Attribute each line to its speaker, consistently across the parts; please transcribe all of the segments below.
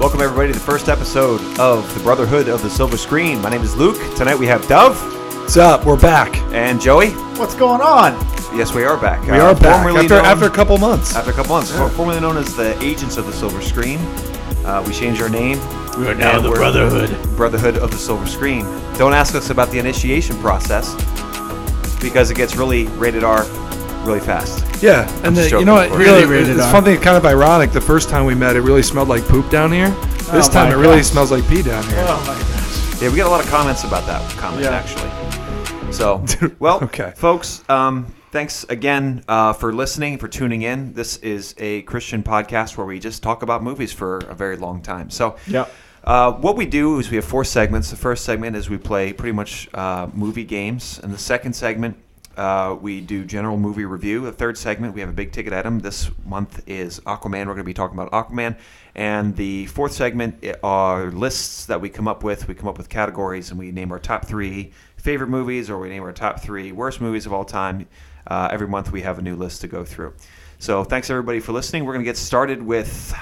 Speaker 1: Welcome, everybody, to the first episode of The Brotherhood of the Silver Screen. My name is Luke. Tonight we have Dove
Speaker 2: What's up? We're back.
Speaker 1: and Joey.
Speaker 3: What's going on?
Speaker 1: Yes, we are back. Uh,
Speaker 2: We are back after,
Speaker 1: known,
Speaker 2: after a couple months.
Speaker 1: after a couple months. for- Formerly known as the Agents of the Silver Screen. Uh, we changed our name. We are now the Brotherhood. Brotherhood of the Silver Screen. Don't ask us about the initiation process because it gets really rated R really fast.
Speaker 2: Yeah, and the,
Speaker 1: just
Speaker 2: you know
Speaker 1: joking,
Speaker 2: what?
Speaker 1: of
Speaker 2: Really,
Speaker 3: course.
Speaker 2: it's
Speaker 3: Rated
Speaker 2: fun thing, kind of ironic. The first time we met, it really smelled like poop down here. This
Speaker 3: Oh
Speaker 2: time,
Speaker 3: my
Speaker 2: it really
Speaker 3: gosh.
Speaker 2: smells like pee down here.
Speaker 3: Oh my
Speaker 1: Yeah, we got a lot of comments about that comment
Speaker 3: Yeah.
Speaker 1: actually. So, well,
Speaker 2: Okay.
Speaker 1: folks, um, thanks again uh, for listening, for tuning in. This is a Christian podcast where we just talk about movies for a very long time. So,
Speaker 3: Yeah.
Speaker 1: uh, what we do is we have four segments. The first segment is we play pretty much uh, movie games, and the second segment uh, we do general movie review. The third segment we have a big ticket item. This month is Aquaman. We're going to be talking about Aquaman, and the fourth segment i- are lists that we come up with. We come up with categories, and we name our top three favorite movies, or we name our top three worst movies of all time. Uh, every month we have a new list to go through. So thanks everybody for listening. We're going to get started with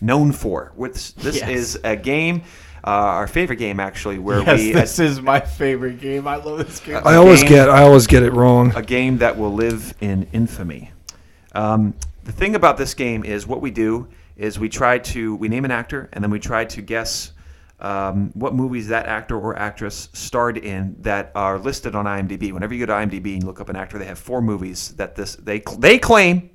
Speaker 1: known for. Which this
Speaker 3: Yes.
Speaker 1: is a game, uh, our favorite game actually, where
Speaker 3: gosh.
Speaker 1: we
Speaker 3: Yes, this is my favorite game. I love this game.
Speaker 2: I always
Speaker 1: game.
Speaker 2: get, I always get it wrong.
Speaker 1: a game that will live in infamy. Um, the thing about this game is what we do is we try to we name an actor and then we try to guess um, what movies that actor or actress starred in that are listed on IMDb. Whenever you go to IMDb and look up an actor, they have four movies that this they cl- they claim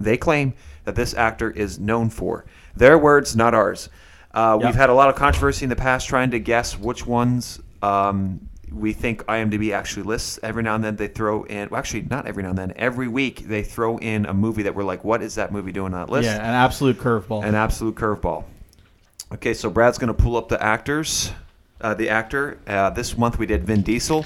Speaker 1: they claim that this actor is known for. Their words, not ours. Uh, We've had a lot of controversy in the past trying to guess which ones um, we think IMDb actually lists. Every now and then they throw in, well, actually, not every now and then, every week they throw in a movie that we're like, what is that movie doing on that list?
Speaker 3: Yeah, an absolute curveball.
Speaker 1: An absolute curveball. Okay, so Brad's going to pull up the actors, uh, the actor. Uh, this month we did Vin Diesel.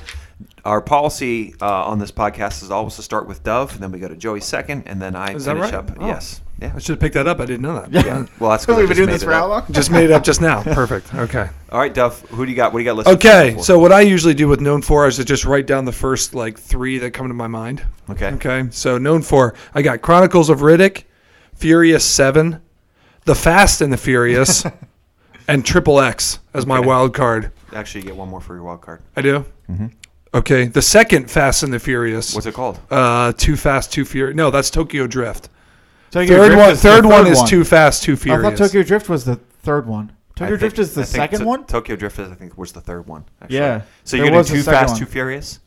Speaker 1: Our policy uh, on this podcast is always to start with Dove, and then we go to Joey second, and then I
Speaker 2: Is that
Speaker 1: finish
Speaker 2: right?
Speaker 1: up.
Speaker 2: Oh.
Speaker 1: Yes. Yeah.
Speaker 2: I should have picked that up. I didn't know that.
Speaker 3: Yeah.
Speaker 1: Well, that's good.
Speaker 3: We've been doing this for how long?
Speaker 2: just made it up just now. Perfect. Okay.
Speaker 1: All right, Dove. Who do you got? What do you got listed?
Speaker 2: Okay.
Speaker 1: for?
Speaker 2: So what I usually do with known for is to just write down the first like three that come to my mind.
Speaker 1: Okay.
Speaker 2: Okay. So known for, I got Chronicles of Riddick, Furious Seven, The Fast and the Furious, and Triple X as my wild card.
Speaker 1: Actually, you get one more for your wild card.
Speaker 2: I do. Mm-hmm. Okay. The second Fast and the Furious.
Speaker 1: What's it called?
Speaker 2: Uh, Too Fast, Too Furious. No, that's Tokyo Drift.
Speaker 3: Tokyo
Speaker 2: Third
Speaker 3: Drift
Speaker 2: one.
Speaker 3: is the
Speaker 2: Third one is Too Fast, Too
Speaker 3: I
Speaker 2: Furious.
Speaker 3: thought Tokyo Drift was the third one.
Speaker 1: I
Speaker 3: Tokyo Drift
Speaker 1: think-
Speaker 3: is the
Speaker 1: I think
Speaker 3: second
Speaker 1: to-
Speaker 3: one.
Speaker 1: Tokyo Drift, is, I think, was the third one. Actually.
Speaker 3: Yeah.
Speaker 1: So
Speaker 3: There
Speaker 1: you're going
Speaker 3: was
Speaker 1: to
Speaker 3: the
Speaker 1: Too
Speaker 3: second
Speaker 1: Fast,
Speaker 3: one.
Speaker 1: Too Furious?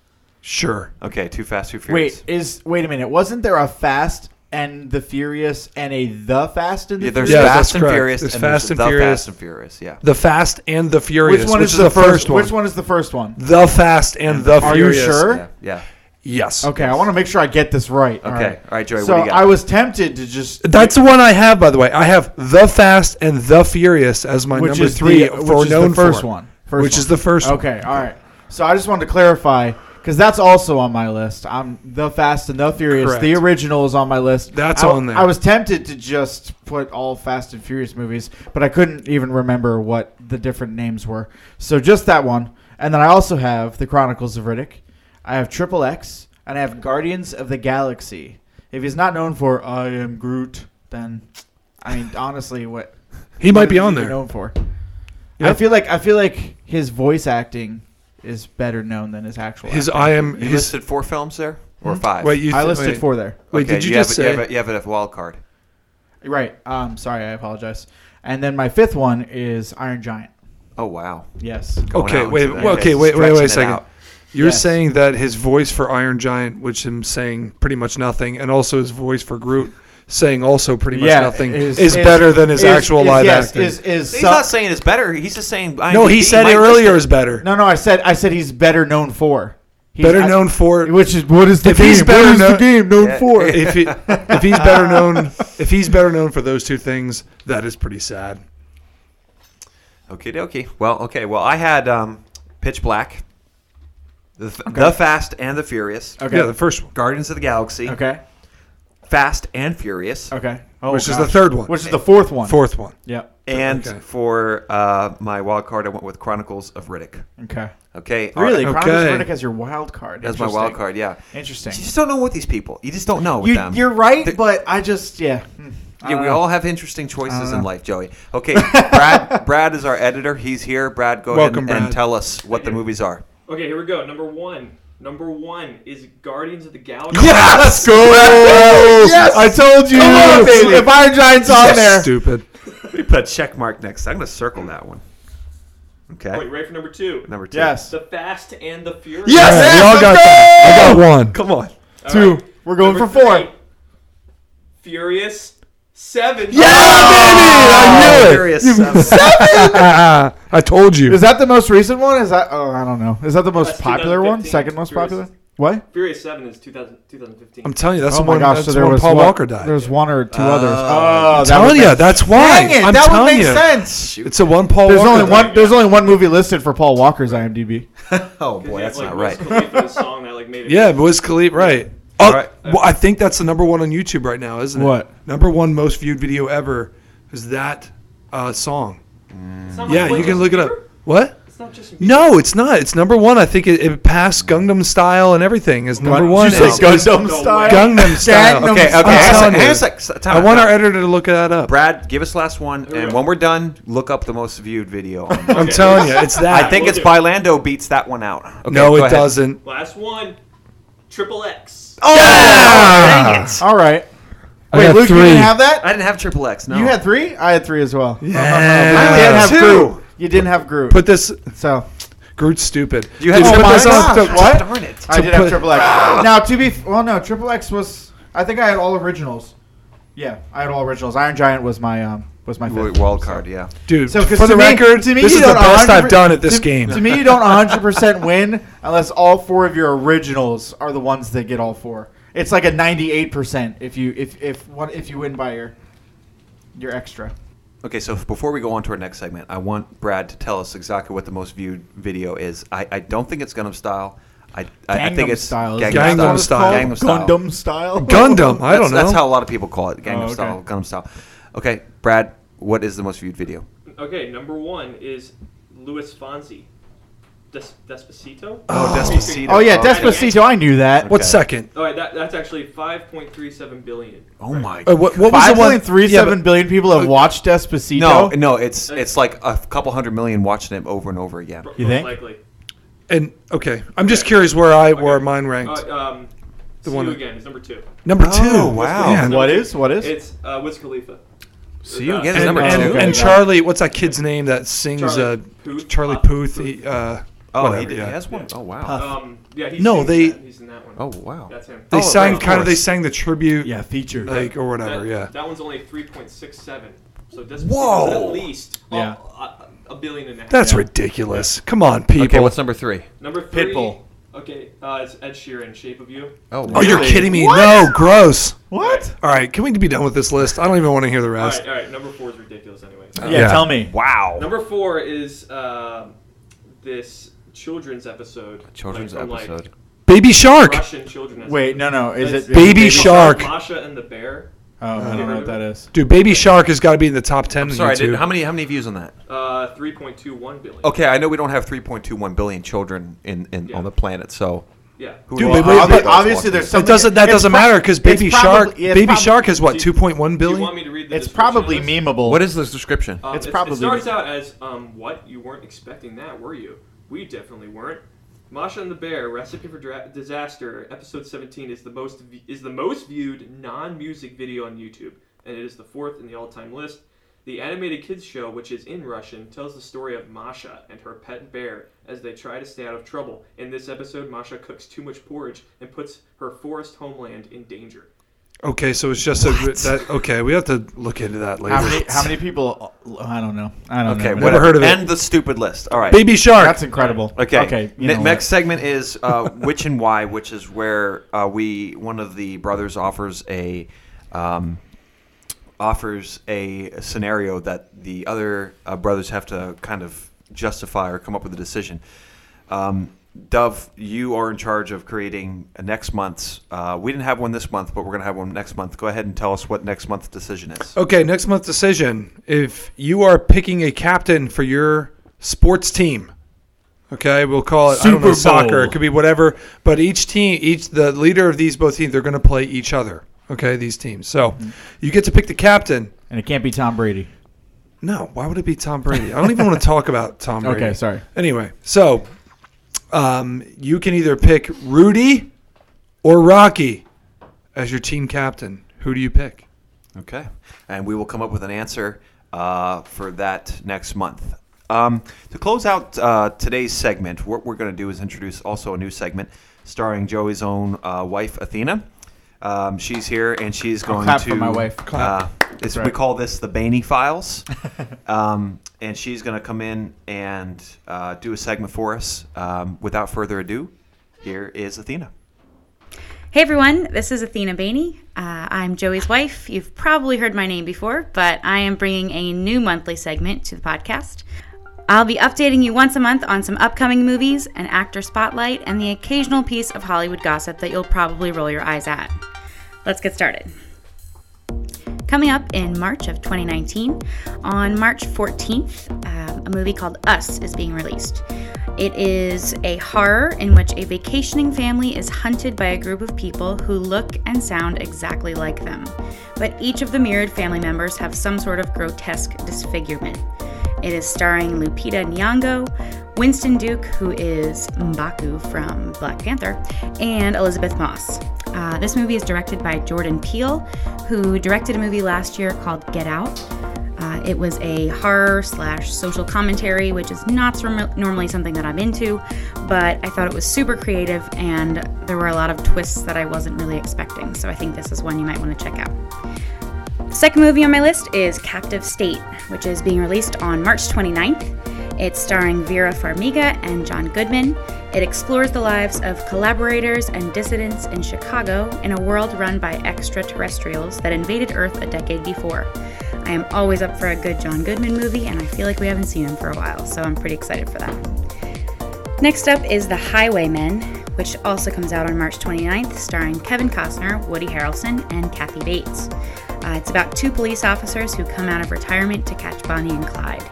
Speaker 2: Sure.
Speaker 1: Okay, Too Fast, Too Furious.
Speaker 3: Wait, is wait a minute. Wasn't there a Fast and the Furious and a The Fast and the
Speaker 1: Yeah, there's
Speaker 3: Furious?
Speaker 2: Yeah, that's
Speaker 1: Fast and
Speaker 2: correct.
Speaker 1: Furious.
Speaker 2: There's
Speaker 1: and there's
Speaker 2: Fast and
Speaker 1: the
Speaker 2: Furious.
Speaker 1: Fast and Furious. Yeah.
Speaker 2: The Fast and the Furious.
Speaker 3: Which one is, the first, Which one is the first one?
Speaker 2: The Fast and the
Speaker 3: Are you
Speaker 2: Furious.
Speaker 3: sure?
Speaker 1: Yeah. yeah.
Speaker 2: Yes.
Speaker 3: Okay, I want to make sure I get this right.
Speaker 1: Okay. All right, Joey, what
Speaker 3: So
Speaker 1: do you got?
Speaker 3: I was tempted to just
Speaker 2: That's the one I have, by the way. I have The Fast and The Furious as my
Speaker 3: which
Speaker 2: number
Speaker 3: is
Speaker 2: three
Speaker 3: the,
Speaker 2: for
Speaker 3: which is
Speaker 2: known
Speaker 3: the first
Speaker 2: for.
Speaker 3: one. First
Speaker 2: which
Speaker 3: one.
Speaker 2: is the first one.
Speaker 3: Okay, all right. So I just wanted to clarify because that's also on my list. I'm the Fast and the Furious.
Speaker 2: Correct.
Speaker 3: The original is on my list.
Speaker 2: That's
Speaker 3: I,
Speaker 2: on there.
Speaker 3: I was tempted to just put all Fast and Furious movies, but I couldn't even remember what the different names were. So just that one, and then I also have the Chronicles of Riddick. I have Triple X, and I have Guardians of the Galaxy. If he's not known for I am Groot, then I mean honestly, what
Speaker 2: He might be
Speaker 3: what
Speaker 2: on
Speaker 3: is he
Speaker 2: there.
Speaker 3: Known for.
Speaker 2: Yeah.
Speaker 3: I feel like I feel like his voice acting is better known than his actual.
Speaker 2: His
Speaker 3: acting.
Speaker 2: I am.
Speaker 1: You
Speaker 2: His,
Speaker 1: listed four films there? Or five?
Speaker 2: wait, you
Speaker 3: I
Speaker 2: th-
Speaker 3: listed
Speaker 2: wait.
Speaker 3: four there.
Speaker 2: Wait,
Speaker 1: Okay,
Speaker 2: did you,
Speaker 1: have
Speaker 2: just
Speaker 1: a-
Speaker 2: say?
Speaker 1: You have, a, you have a wild card.
Speaker 3: Right. Um. Sorry, I apologize. And then my fifth one is Iron Giant.
Speaker 1: Oh, wow.
Speaker 3: Yes.
Speaker 1: Going
Speaker 2: Okay,
Speaker 1: out
Speaker 2: wait,
Speaker 1: into that.
Speaker 2: well, okay, wait, wait, wait a
Speaker 1: stretching it
Speaker 2: second.
Speaker 1: out.
Speaker 2: You're
Speaker 3: Yes.
Speaker 2: saying that his voice for Iron Giant, which him saying pretty much nothing, and also his voice for Groot, saying also pretty much nothing, is, better than his
Speaker 3: is-
Speaker 2: actual
Speaker 3: is-
Speaker 2: live
Speaker 3: yes,
Speaker 2: acting.
Speaker 3: Is, is
Speaker 1: He's
Speaker 3: some-
Speaker 1: not saying it's better. He's just saying. I
Speaker 2: no, he said it earlier is better.
Speaker 3: no, no. I said I said he's better known for. He's,
Speaker 2: better
Speaker 3: I-
Speaker 2: known for
Speaker 3: Which is what is the
Speaker 2: If
Speaker 3: game?
Speaker 2: he's better
Speaker 3: what is
Speaker 2: known-
Speaker 3: the game known
Speaker 1: Yeah.
Speaker 3: for?
Speaker 2: if he, if he's better known if he's better known for those two things. That is pretty sad.
Speaker 1: Okay, dokie. Well, okay. Well, I had um, Pitch Black, the, F- the Fast and the Furious,
Speaker 3: Okay.
Speaker 2: Yeah, the first one,
Speaker 1: Guardians of the Galaxy,
Speaker 3: okay.
Speaker 1: Fast and Furious,
Speaker 3: Okay. Oh,
Speaker 2: which is
Speaker 3: gosh.
Speaker 2: the third one,
Speaker 3: Which is the fourth one?
Speaker 2: fourth one.
Speaker 3: Yep.
Speaker 1: and
Speaker 2: Okay.
Speaker 1: for uh, my wild card, I went with Chronicles of Riddick.
Speaker 3: Okay.
Speaker 1: Okay, all right.
Speaker 3: Really,
Speaker 2: Okay.
Speaker 3: Chronicles of Riddick has your wild card.
Speaker 1: That's my wild card. Yeah,
Speaker 3: Interesting.
Speaker 1: you just don't know what these people. You just don't know with
Speaker 3: You,
Speaker 1: them.
Speaker 3: you're right,
Speaker 1: They're-
Speaker 3: but I just yeah. Hmm. I
Speaker 1: Yeah,
Speaker 3: don't
Speaker 1: we
Speaker 3: know.
Speaker 1: all have interesting choices in
Speaker 3: know.
Speaker 1: life, Joey. Okay, Brad. Brad is our editor. He's here. Brad, go ahead
Speaker 2: Welcome,
Speaker 1: and,
Speaker 2: Brad.
Speaker 1: and tell us what the
Speaker 4: Thank you.
Speaker 1: movies are.
Speaker 4: Okay, here we go. Number one. Number one is Guardians of the Galaxy.
Speaker 2: Yeah, let's go.
Speaker 3: Yes!
Speaker 2: I told you.
Speaker 3: Come on, baby. If Iron Giant's on there,
Speaker 2: Stupid.
Speaker 1: We put a check mark next. I'm gonna circle that one.
Speaker 4: Oh, you
Speaker 1: Okay.
Speaker 4: ready for number two?
Speaker 1: Number two.
Speaker 3: yes,
Speaker 4: The Fast and the Furious.
Speaker 3: Yes!
Speaker 2: All we all got that. I got one.
Speaker 1: Come on.
Speaker 4: All
Speaker 2: Two.
Speaker 4: right.
Speaker 3: we're going
Speaker 4: Number
Speaker 3: for four.
Speaker 4: three, Furious Seven. Oh!
Speaker 2: Yeah, baby. I knew it.
Speaker 1: Furious Seven.
Speaker 2: Ah, I told you.
Speaker 3: Is that the most recent one? Is that? Oh, I don't know. Is that the most
Speaker 4: That's
Speaker 3: popular one?
Speaker 4: 2015.
Speaker 3: Second most
Speaker 4: Furious.
Speaker 3: popular? What?
Speaker 4: Furious Seven is 2000, 2015.
Speaker 2: I'm telling you, that's
Speaker 3: oh
Speaker 2: the
Speaker 3: my
Speaker 2: one.
Speaker 3: gosh!
Speaker 2: that's
Speaker 3: So there
Speaker 2: when
Speaker 3: was
Speaker 2: Paul
Speaker 3: one,
Speaker 2: Walker died.
Speaker 3: There's one or two
Speaker 1: Oh.
Speaker 3: others.
Speaker 1: I'm
Speaker 3: Oh, that
Speaker 2: telling
Speaker 3: would
Speaker 2: you,
Speaker 3: make-
Speaker 2: that's why.
Speaker 3: Dang it,
Speaker 2: I'm
Speaker 3: that would
Speaker 2: telling
Speaker 3: make
Speaker 2: you.
Speaker 3: sense.
Speaker 2: It's a one Paul
Speaker 3: There's
Speaker 2: Walker.
Speaker 3: only
Speaker 2: died.
Speaker 3: one. There's only one movie listed for Paul Walker's IMDb.
Speaker 1: Oh
Speaker 4: Because
Speaker 1: boy,
Speaker 4: you have,
Speaker 1: that's
Speaker 4: like,
Speaker 1: not
Speaker 4: Wiz
Speaker 1: right.
Speaker 4: Khalifa, the song that, like, made it
Speaker 2: Yeah, Wiz Khalif, right. Oh,
Speaker 1: All right.
Speaker 2: well, I think that's the number one on YouTube right now, isn't it?
Speaker 3: What?
Speaker 2: Number one most viewed video ever is that uh, song.
Speaker 4: It's not
Speaker 2: Yeah,
Speaker 4: Michael
Speaker 2: you can look it up.
Speaker 4: Bieber?
Speaker 2: What?
Speaker 4: It's not just
Speaker 2: No, it's not. It's number one. I think it, it passed Gangnam Style and everything is number
Speaker 3: Did you
Speaker 2: one.
Speaker 3: say
Speaker 2: now.
Speaker 3: Gundam
Speaker 4: No
Speaker 3: style?
Speaker 4: way.
Speaker 2: Gangnam Style.
Speaker 3: Gangnam
Speaker 1: Okay, okay.
Speaker 3: I'm
Speaker 1: hang on a sec- hang
Speaker 2: telling
Speaker 1: on a
Speaker 2: you.
Speaker 1: sec- time
Speaker 2: I
Speaker 1: out,
Speaker 2: want
Speaker 1: time
Speaker 2: our
Speaker 1: out.
Speaker 2: editor to look that up.
Speaker 1: Brad, give us last one,
Speaker 4: we
Speaker 1: and
Speaker 4: go.
Speaker 1: when we're done, look up the most viewed video. On
Speaker 2: I'm telling you, it's that.
Speaker 1: I think
Speaker 4: We'll
Speaker 1: it's
Speaker 4: do.
Speaker 1: Bylando beats that one out. Okay,
Speaker 2: no,
Speaker 1: go
Speaker 2: it
Speaker 1: ahead.
Speaker 2: doesn't.
Speaker 4: Last one. Triple X.
Speaker 1: Oh,
Speaker 2: Yeah!
Speaker 1: dang it!
Speaker 3: All right.
Speaker 2: I
Speaker 3: Wait,
Speaker 2: got
Speaker 3: Luke, you
Speaker 2: three.
Speaker 3: didn't have that.
Speaker 1: I didn't have triple X. No,
Speaker 3: You had three. I had three as well.
Speaker 2: Yeah.
Speaker 3: You didn't have
Speaker 1: two.
Speaker 3: Groot. You didn't have Groot.
Speaker 2: Put this.
Speaker 3: so
Speaker 2: Groot's stupid.
Speaker 1: You had
Speaker 2: Dude,
Speaker 1: triple
Speaker 2: put
Speaker 1: X. Oh,
Speaker 2: this on-
Speaker 3: gosh, what?
Speaker 1: Darn it!
Speaker 3: I did have
Speaker 2: put-
Speaker 3: Triple X. Now to be f- well, no, Triple X was. I think I had all originals. Yeah, I had all originals. Iron Giant was my um was my fifth.
Speaker 1: Wild card, yeah.
Speaker 2: Dude,
Speaker 3: So, 'cause
Speaker 2: for the
Speaker 3: to me-
Speaker 2: record,
Speaker 3: to me,
Speaker 2: this
Speaker 3: you
Speaker 2: is the
Speaker 3: don't
Speaker 2: best I've
Speaker 3: 100%
Speaker 2: done at this
Speaker 3: to,
Speaker 2: game.
Speaker 3: To me, you don't 100% win unless all four of your originals are the ones that get all four. It's like a 98% if you if if what if you win by your your extra.
Speaker 1: Okay, so before we go on to our next segment, I want Brad to tell us exactly what the most viewed video is. I, I don't think it's Gundam Style. I, I, I think it's
Speaker 3: style.
Speaker 1: Gangnam, Style.
Speaker 2: Gangnam Style.
Speaker 1: Gangnam Style.
Speaker 3: Gundam style.
Speaker 2: Gundam. I
Speaker 1: That's-
Speaker 2: don't know.
Speaker 1: That's how a lot of people call it. Gangnam
Speaker 3: Oh, okay.
Speaker 1: Style. Gangnam Style. Okay, Brad, what is the most viewed video?
Speaker 4: Okay, number one is Luis Fonsi. Des- Despacito?
Speaker 1: Oh, Despacito.
Speaker 3: Oh yeah,
Speaker 1: Oh,
Speaker 3: Despacito. I knew that.
Speaker 2: What's
Speaker 1: Okay.
Speaker 2: second?
Speaker 4: All right, that, that's actually 5.37 billion.
Speaker 1: Oh my.
Speaker 2: Uh, what, what was
Speaker 3: Five
Speaker 2: the one?
Speaker 3: point three
Speaker 2: Yeah, but- Uh,
Speaker 3: seven billion people have watched Despacito.
Speaker 1: No, no, it's it's like a couple hundred million watching it over and over again.
Speaker 4: Most
Speaker 3: You think?
Speaker 4: Likely.
Speaker 2: And okay, I'm just curious where I where
Speaker 4: Okay.
Speaker 2: mine
Speaker 4: Uh,
Speaker 2: ranked.
Speaker 4: um, the
Speaker 2: one-
Speaker 4: one again is number two.
Speaker 2: number two.
Speaker 1: Oh, wow.
Speaker 2: Man.
Speaker 3: What is? What is?
Speaker 4: It's uh, Wiz Khalifa.
Speaker 1: See you
Speaker 4: Uh,
Speaker 1: again.
Speaker 2: And,
Speaker 1: number
Speaker 2: and,
Speaker 1: two.
Speaker 2: and Charlie, what's that kid's name that sings?
Speaker 4: Charlie
Speaker 2: uh,
Speaker 4: Puth.
Speaker 2: Charlie
Speaker 4: Uh,
Speaker 2: Puth. He, uh,
Speaker 1: Oh,
Speaker 2: whatever,
Speaker 1: he, did,
Speaker 2: yeah.
Speaker 1: he has one. Oh wow.
Speaker 4: Um, yeah, he's
Speaker 2: No, they-
Speaker 4: He's in that one.
Speaker 1: Oh wow.
Speaker 4: That's him.
Speaker 2: They
Speaker 1: Oh,
Speaker 2: sang
Speaker 1: of
Speaker 2: kind of. They
Speaker 1: course.
Speaker 2: sang the tribute,
Speaker 3: yeah, featured.
Speaker 2: like or whatever.
Speaker 4: that,
Speaker 2: Yeah.
Speaker 4: That one's only 3.67. So Despacito's
Speaker 1: Whoa.
Speaker 4: at least a-
Speaker 3: Yeah.
Speaker 4: a, a billion and a half.
Speaker 2: That's ridiculous. Come on, people.
Speaker 1: Okay, what's number three?
Speaker 4: Number three.
Speaker 3: Pitbull.
Speaker 4: Okay, uh, it's Ed Sheeran, Shape of You.
Speaker 1: Oh,
Speaker 2: oh, you're
Speaker 1: really?
Speaker 2: kidding me?
Speaker 3: What?
Speaker 2: No, gross.
Speaker 3: What?
Speaker 2: All right, can we be done with this list? I don't even want to hear the
Speaker 4: All
Speaker 2: rest.
Speaker 4: right, all right. Number four is ridiculous, anyway.
Speaker 3: Yeah,
Speaker 2: Yeah.
Speaker 3: tell me.
Speaker 1: Wow.
Speaker 4: Number four is um this children's episode.
Speaker 1: Children's
Speaker 4: like, from, like,
Speaker 1: episode.
Speaker 2: Baby Shark.
Speaker 4: Russian children's.
Speaker 3: Wait, no, no. Is
Speaker 4: It's-
Speaker 3: it
Speaker 2: Baby
Speaker 3: is it-
Speaker 4: It's
Speaker 2: Shark.
Speaker 4: Masha and the Bear.
Speaker 3: Oh, I don't know what that is.
Speaker 2: Dude, Baby Shark has got to be in the top 10 on
Speaker 1: Sorry, I
Speaker 2: YouTube.
Speaker 1: didn't, how many how many views on that?
Speaker 4: Uh, three point two one billion.
Speaker 3: Oh.
Speaker 1: Okay, I know we don't have 3.21 billion children in, in on the planet, so
Speaker 4: Yeah.
Speaker 1: who
Speaker 2: Dude,
Speaker 1: knows?
Speaker 2: but wait,
Speaker 1: Adults
Speaker 2: but
Speaker 1: watch
Speaker 3: obviously
Speaker 1: it.
Speaker 3: there's some-
Speaker 2: It doesn't. That
Speaker 3: It's
Speaker 2: doesn't
Speaker 3: prob-
Speaker 2: matter because
Speaker 3: it's
Speaker 2: Baby Shark.
Speaker 3: probably- it's
Speaker 2: Baby
Speaker 3: prob-
Speaker 2: Shark has what
Speaker 4: Do you-
Speaker 2: 2.1
Speaker 4: Do you
Speaker 2: billion.
Speaker 4: want me to read the
Speaker 3: It's
Speaker 4: description of
Speaker 3: probably
Speaker 4: this?
Speaker 3: memeable.
Speaker 1: What is this description?
Speaker 4: Um,
Speaker 3: It's
Speaker 4: it-
Speaker 3: probably-
Speaker 4: It starts out as um, what you weren't expecting that, were you? We definitely weren't. Masha and the Bear: Recipe for Dra- Disaster, episode 17 is the most v- is the most viewed non-music video on YouTube, and it is the fourth in the all-time list. The animated kids show, which is in Russian, tells the story of Masha and her pet bear as they try to stay out of trouble. In this episode, Masha cooks too much porridge and puts her forest homeland in danger.
Speaker 2: Okay, so it's just a that. Okay, we have to look into that later.
Speaker 3: How many, how many people? oh, I don't know. I don't
Speaker 1: okay,
Speaker 3: know.
Speaker 2: whatever. heard of it.
Speaker 1: End the stupid list. All right.
Speaker 2: Baby Shark.
Speaker 3: That's incredible.
Speaker 1: Okay.
Speaker 3: Okay. you
Speaker 1: Ne-
Speaker 3: know
Speaker 1: next segment is uh, which and why, which is where uh, we one of the brothers offers a um, offers a scenario that the other uh, brothers have to kind of justify or come up with a decision. Um, Dove, you are in charge of creating uh, next month's. Uh, we didn't have one this month, but we're going to have one next month. Go ahead and tell us what next month's decision is.
Speaker 2: Okay, next month's decision. If you are picking a captain for your sports team, okay, we'll call it I don't
Speaker 3: Super
Speaker 2: know, soccer.
Speaker 3: Bowl.
Speaker 2: It could be whatever. But each team, each the leader of these both teams, they're going to play each other. Okay, these teams. So
Speaker 3: Mm-hmm.
Speaker 2: you get to pick the captain.
Speaker 3: and it can't be Tom Brady.
Speaker 2: No, why would it be Tom Brady? I don't even want to talk about Tom Brady.
Speaker 3: Okay, sorry.
Speaker 2: Anyway, so um, you can either pick Rudy or Rocky as your team captain. Who do you pick?
Speaker 1: Okay. And we will come up with an answer uh, for that next month. Um, to close out uh, today's segment, what we're going to do is introduce also a new segment starring Joey's own uh, wife, Athena. Um, she's here and she's going
Speaker 3: clap
Speaker 1: to.
Speaker 3: for my wife.
Speaker 1: Uh,
Speaker 2: Clap.
Speaker 1: it's,
Speaker 3: right.
Speaker 1: We call this the Bainey Files. um, and she's going to come in and uh, do a segment for us. Um, without further ado, here is Athena.
Speaker 5: Hey everyone, this is Athena Bainey. Uh, I'm Joey's wife. You've probably heard my name before, but I am bringing a new monthly segment to the podcast. I'll be updating you once a month on some upcoming movies, an actor spotlight, and the occasional piece of Hollywood gossip that you'll probably roll your eyes at. Let's get started. Coming up in March of 2019, on March 14th, um, a movie called Us is being released. It is a horror in which a vacationing family is hunted by a group of people who look and sound exactly like them. But each of the mirrored family members have some sort of grotesque disfigurement. It is starring Lupita Nyong'o, Winston Duke, who is Mbaku from Black Panther, and Elizabeth Moss. Uh, this movie is directed by Jordan Peele, who directed a movie last year called Get Out. Uh, it was a horror slash social commentary, which is not sor- normally something that I'm into, but I thought it was super creative and there were a lot of twists that I wasn't really expecting. So I think this is one you might want to check out. The second movie on my list is Captive State, which is being released on March 29th. It's starring Vera Farmiga and John Goodman. It explores the lives of collaborators and dissidents in Chicago in a world run by extraterrestrials that invaded Earth a decade before. I am always up for a good John Goodman movie, and I feel like we haven't seen him for a while, so I'm pretty excited for that. Next up is The Highwaymen, which also comes out on March 29th, starring Kevin Costner, Woody Harrelson, and Kathy Bates. Uh, it's about two police officers who come out of retirement to catch Bonnie and Clyde.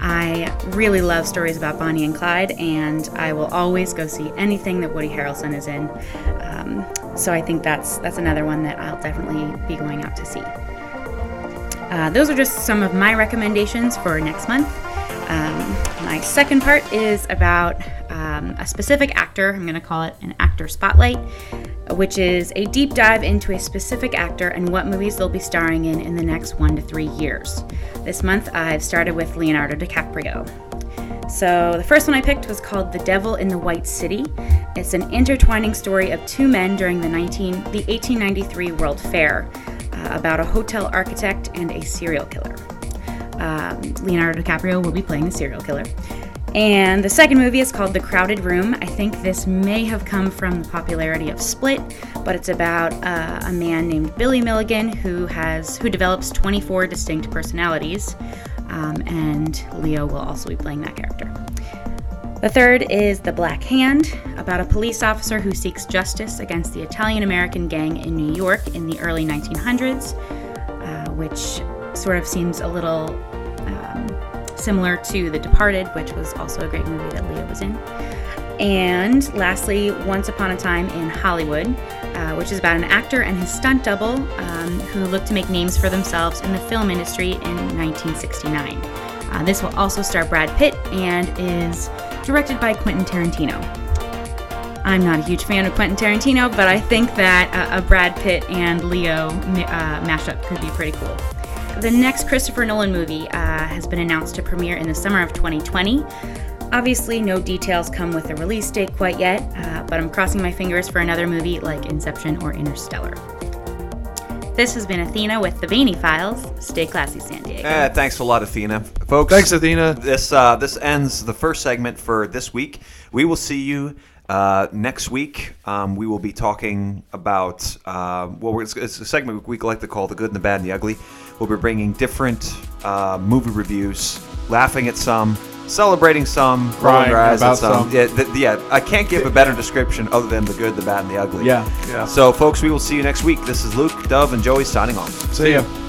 Speaker 5: I really love stories about Bonnie and Clyde, and I will always go see anything that Woody Harrelson is in. Um, so I think that's that's another one that I'll definitely be going out to see. Uh, those are just some of my recommendations for next month. Um, my second part is about um, a specific actor. I'm going to call it an actor spotlight, which is a deep dive into a specific actor and what movies they'll be starring in in the next one to three years. This month, I've started with Leonardo DiCaprio. So, the first one I picked was called The Devil in the White City. It's an intertwining story of two men during the, 19, the 1893 World Fair uh, about a hotel architect and a serial killer. Um, Leonardo DiCaprio will be playing the serial killer. And the second movie is called The Crowded Room. I think this may have come from the popularity of Split, but it's about uh, a man named Billy Milligan who has who develops 24 distinct personalities, um, and Leo will also be playing that character. The third is The Black Hand, about a police officer who seeks justice against the Italian American gang in New York in the early 1900s, uh, which sort of seems a little um, similar to The Departed, which was also a great movie that Leo was in. And lastly, Once Upon a Time in Hollywood, uh, which is about an actor and his stunt double um, who look to make names for themselves in the film industry in 1969. Uh, this will also star Brad Pitt and is directed by Quentin Tarantino. I'm not a huge fan of Quentin Tarantino, but I think that uh, a Brad Pitt and Leo mi- uh, mashup could be pretty cool. The next Christopher Nolan movie uh, has been announced to premiere in the summer of 2020. Obviously, no details come with the release date quite yet, uh, but I'm crossing my fingers for another movie like Inception or Interstellar. This has been Athena with the Beanie Files. Stay classy, San Diego.
Speaker 1: Eh, thanks a lot, Athena. Folks,
Speaker 2: Thanks, Athena.
Speaker 1: this uh, this ends the first segment for this week. We will see you uh, next week. Um, we will be talking about uh, well, we're- it's, it's a segment we like to call "The Good and the Bad and the Ugly." We'll be bringing different uh, movie reviews, laughing at some, celebrating some, rolling
Speaker 3: Crying
Speaker 1: our eyes at
Speaker 3: about
Speaker 1: some.
Speaker 3: some.
Speaker 1: Yeah, th- yeah, I can't give a better description other than "The Good, the Bad, and the Ugly."
Speaker 3: Yeah.
Speaker 2: Yeah.
Speaker 1: So, folks, we will see you next week. This is Luke, Dove, and Joey signing off.
Speaker 2: See ya.
Speaker 3: ya.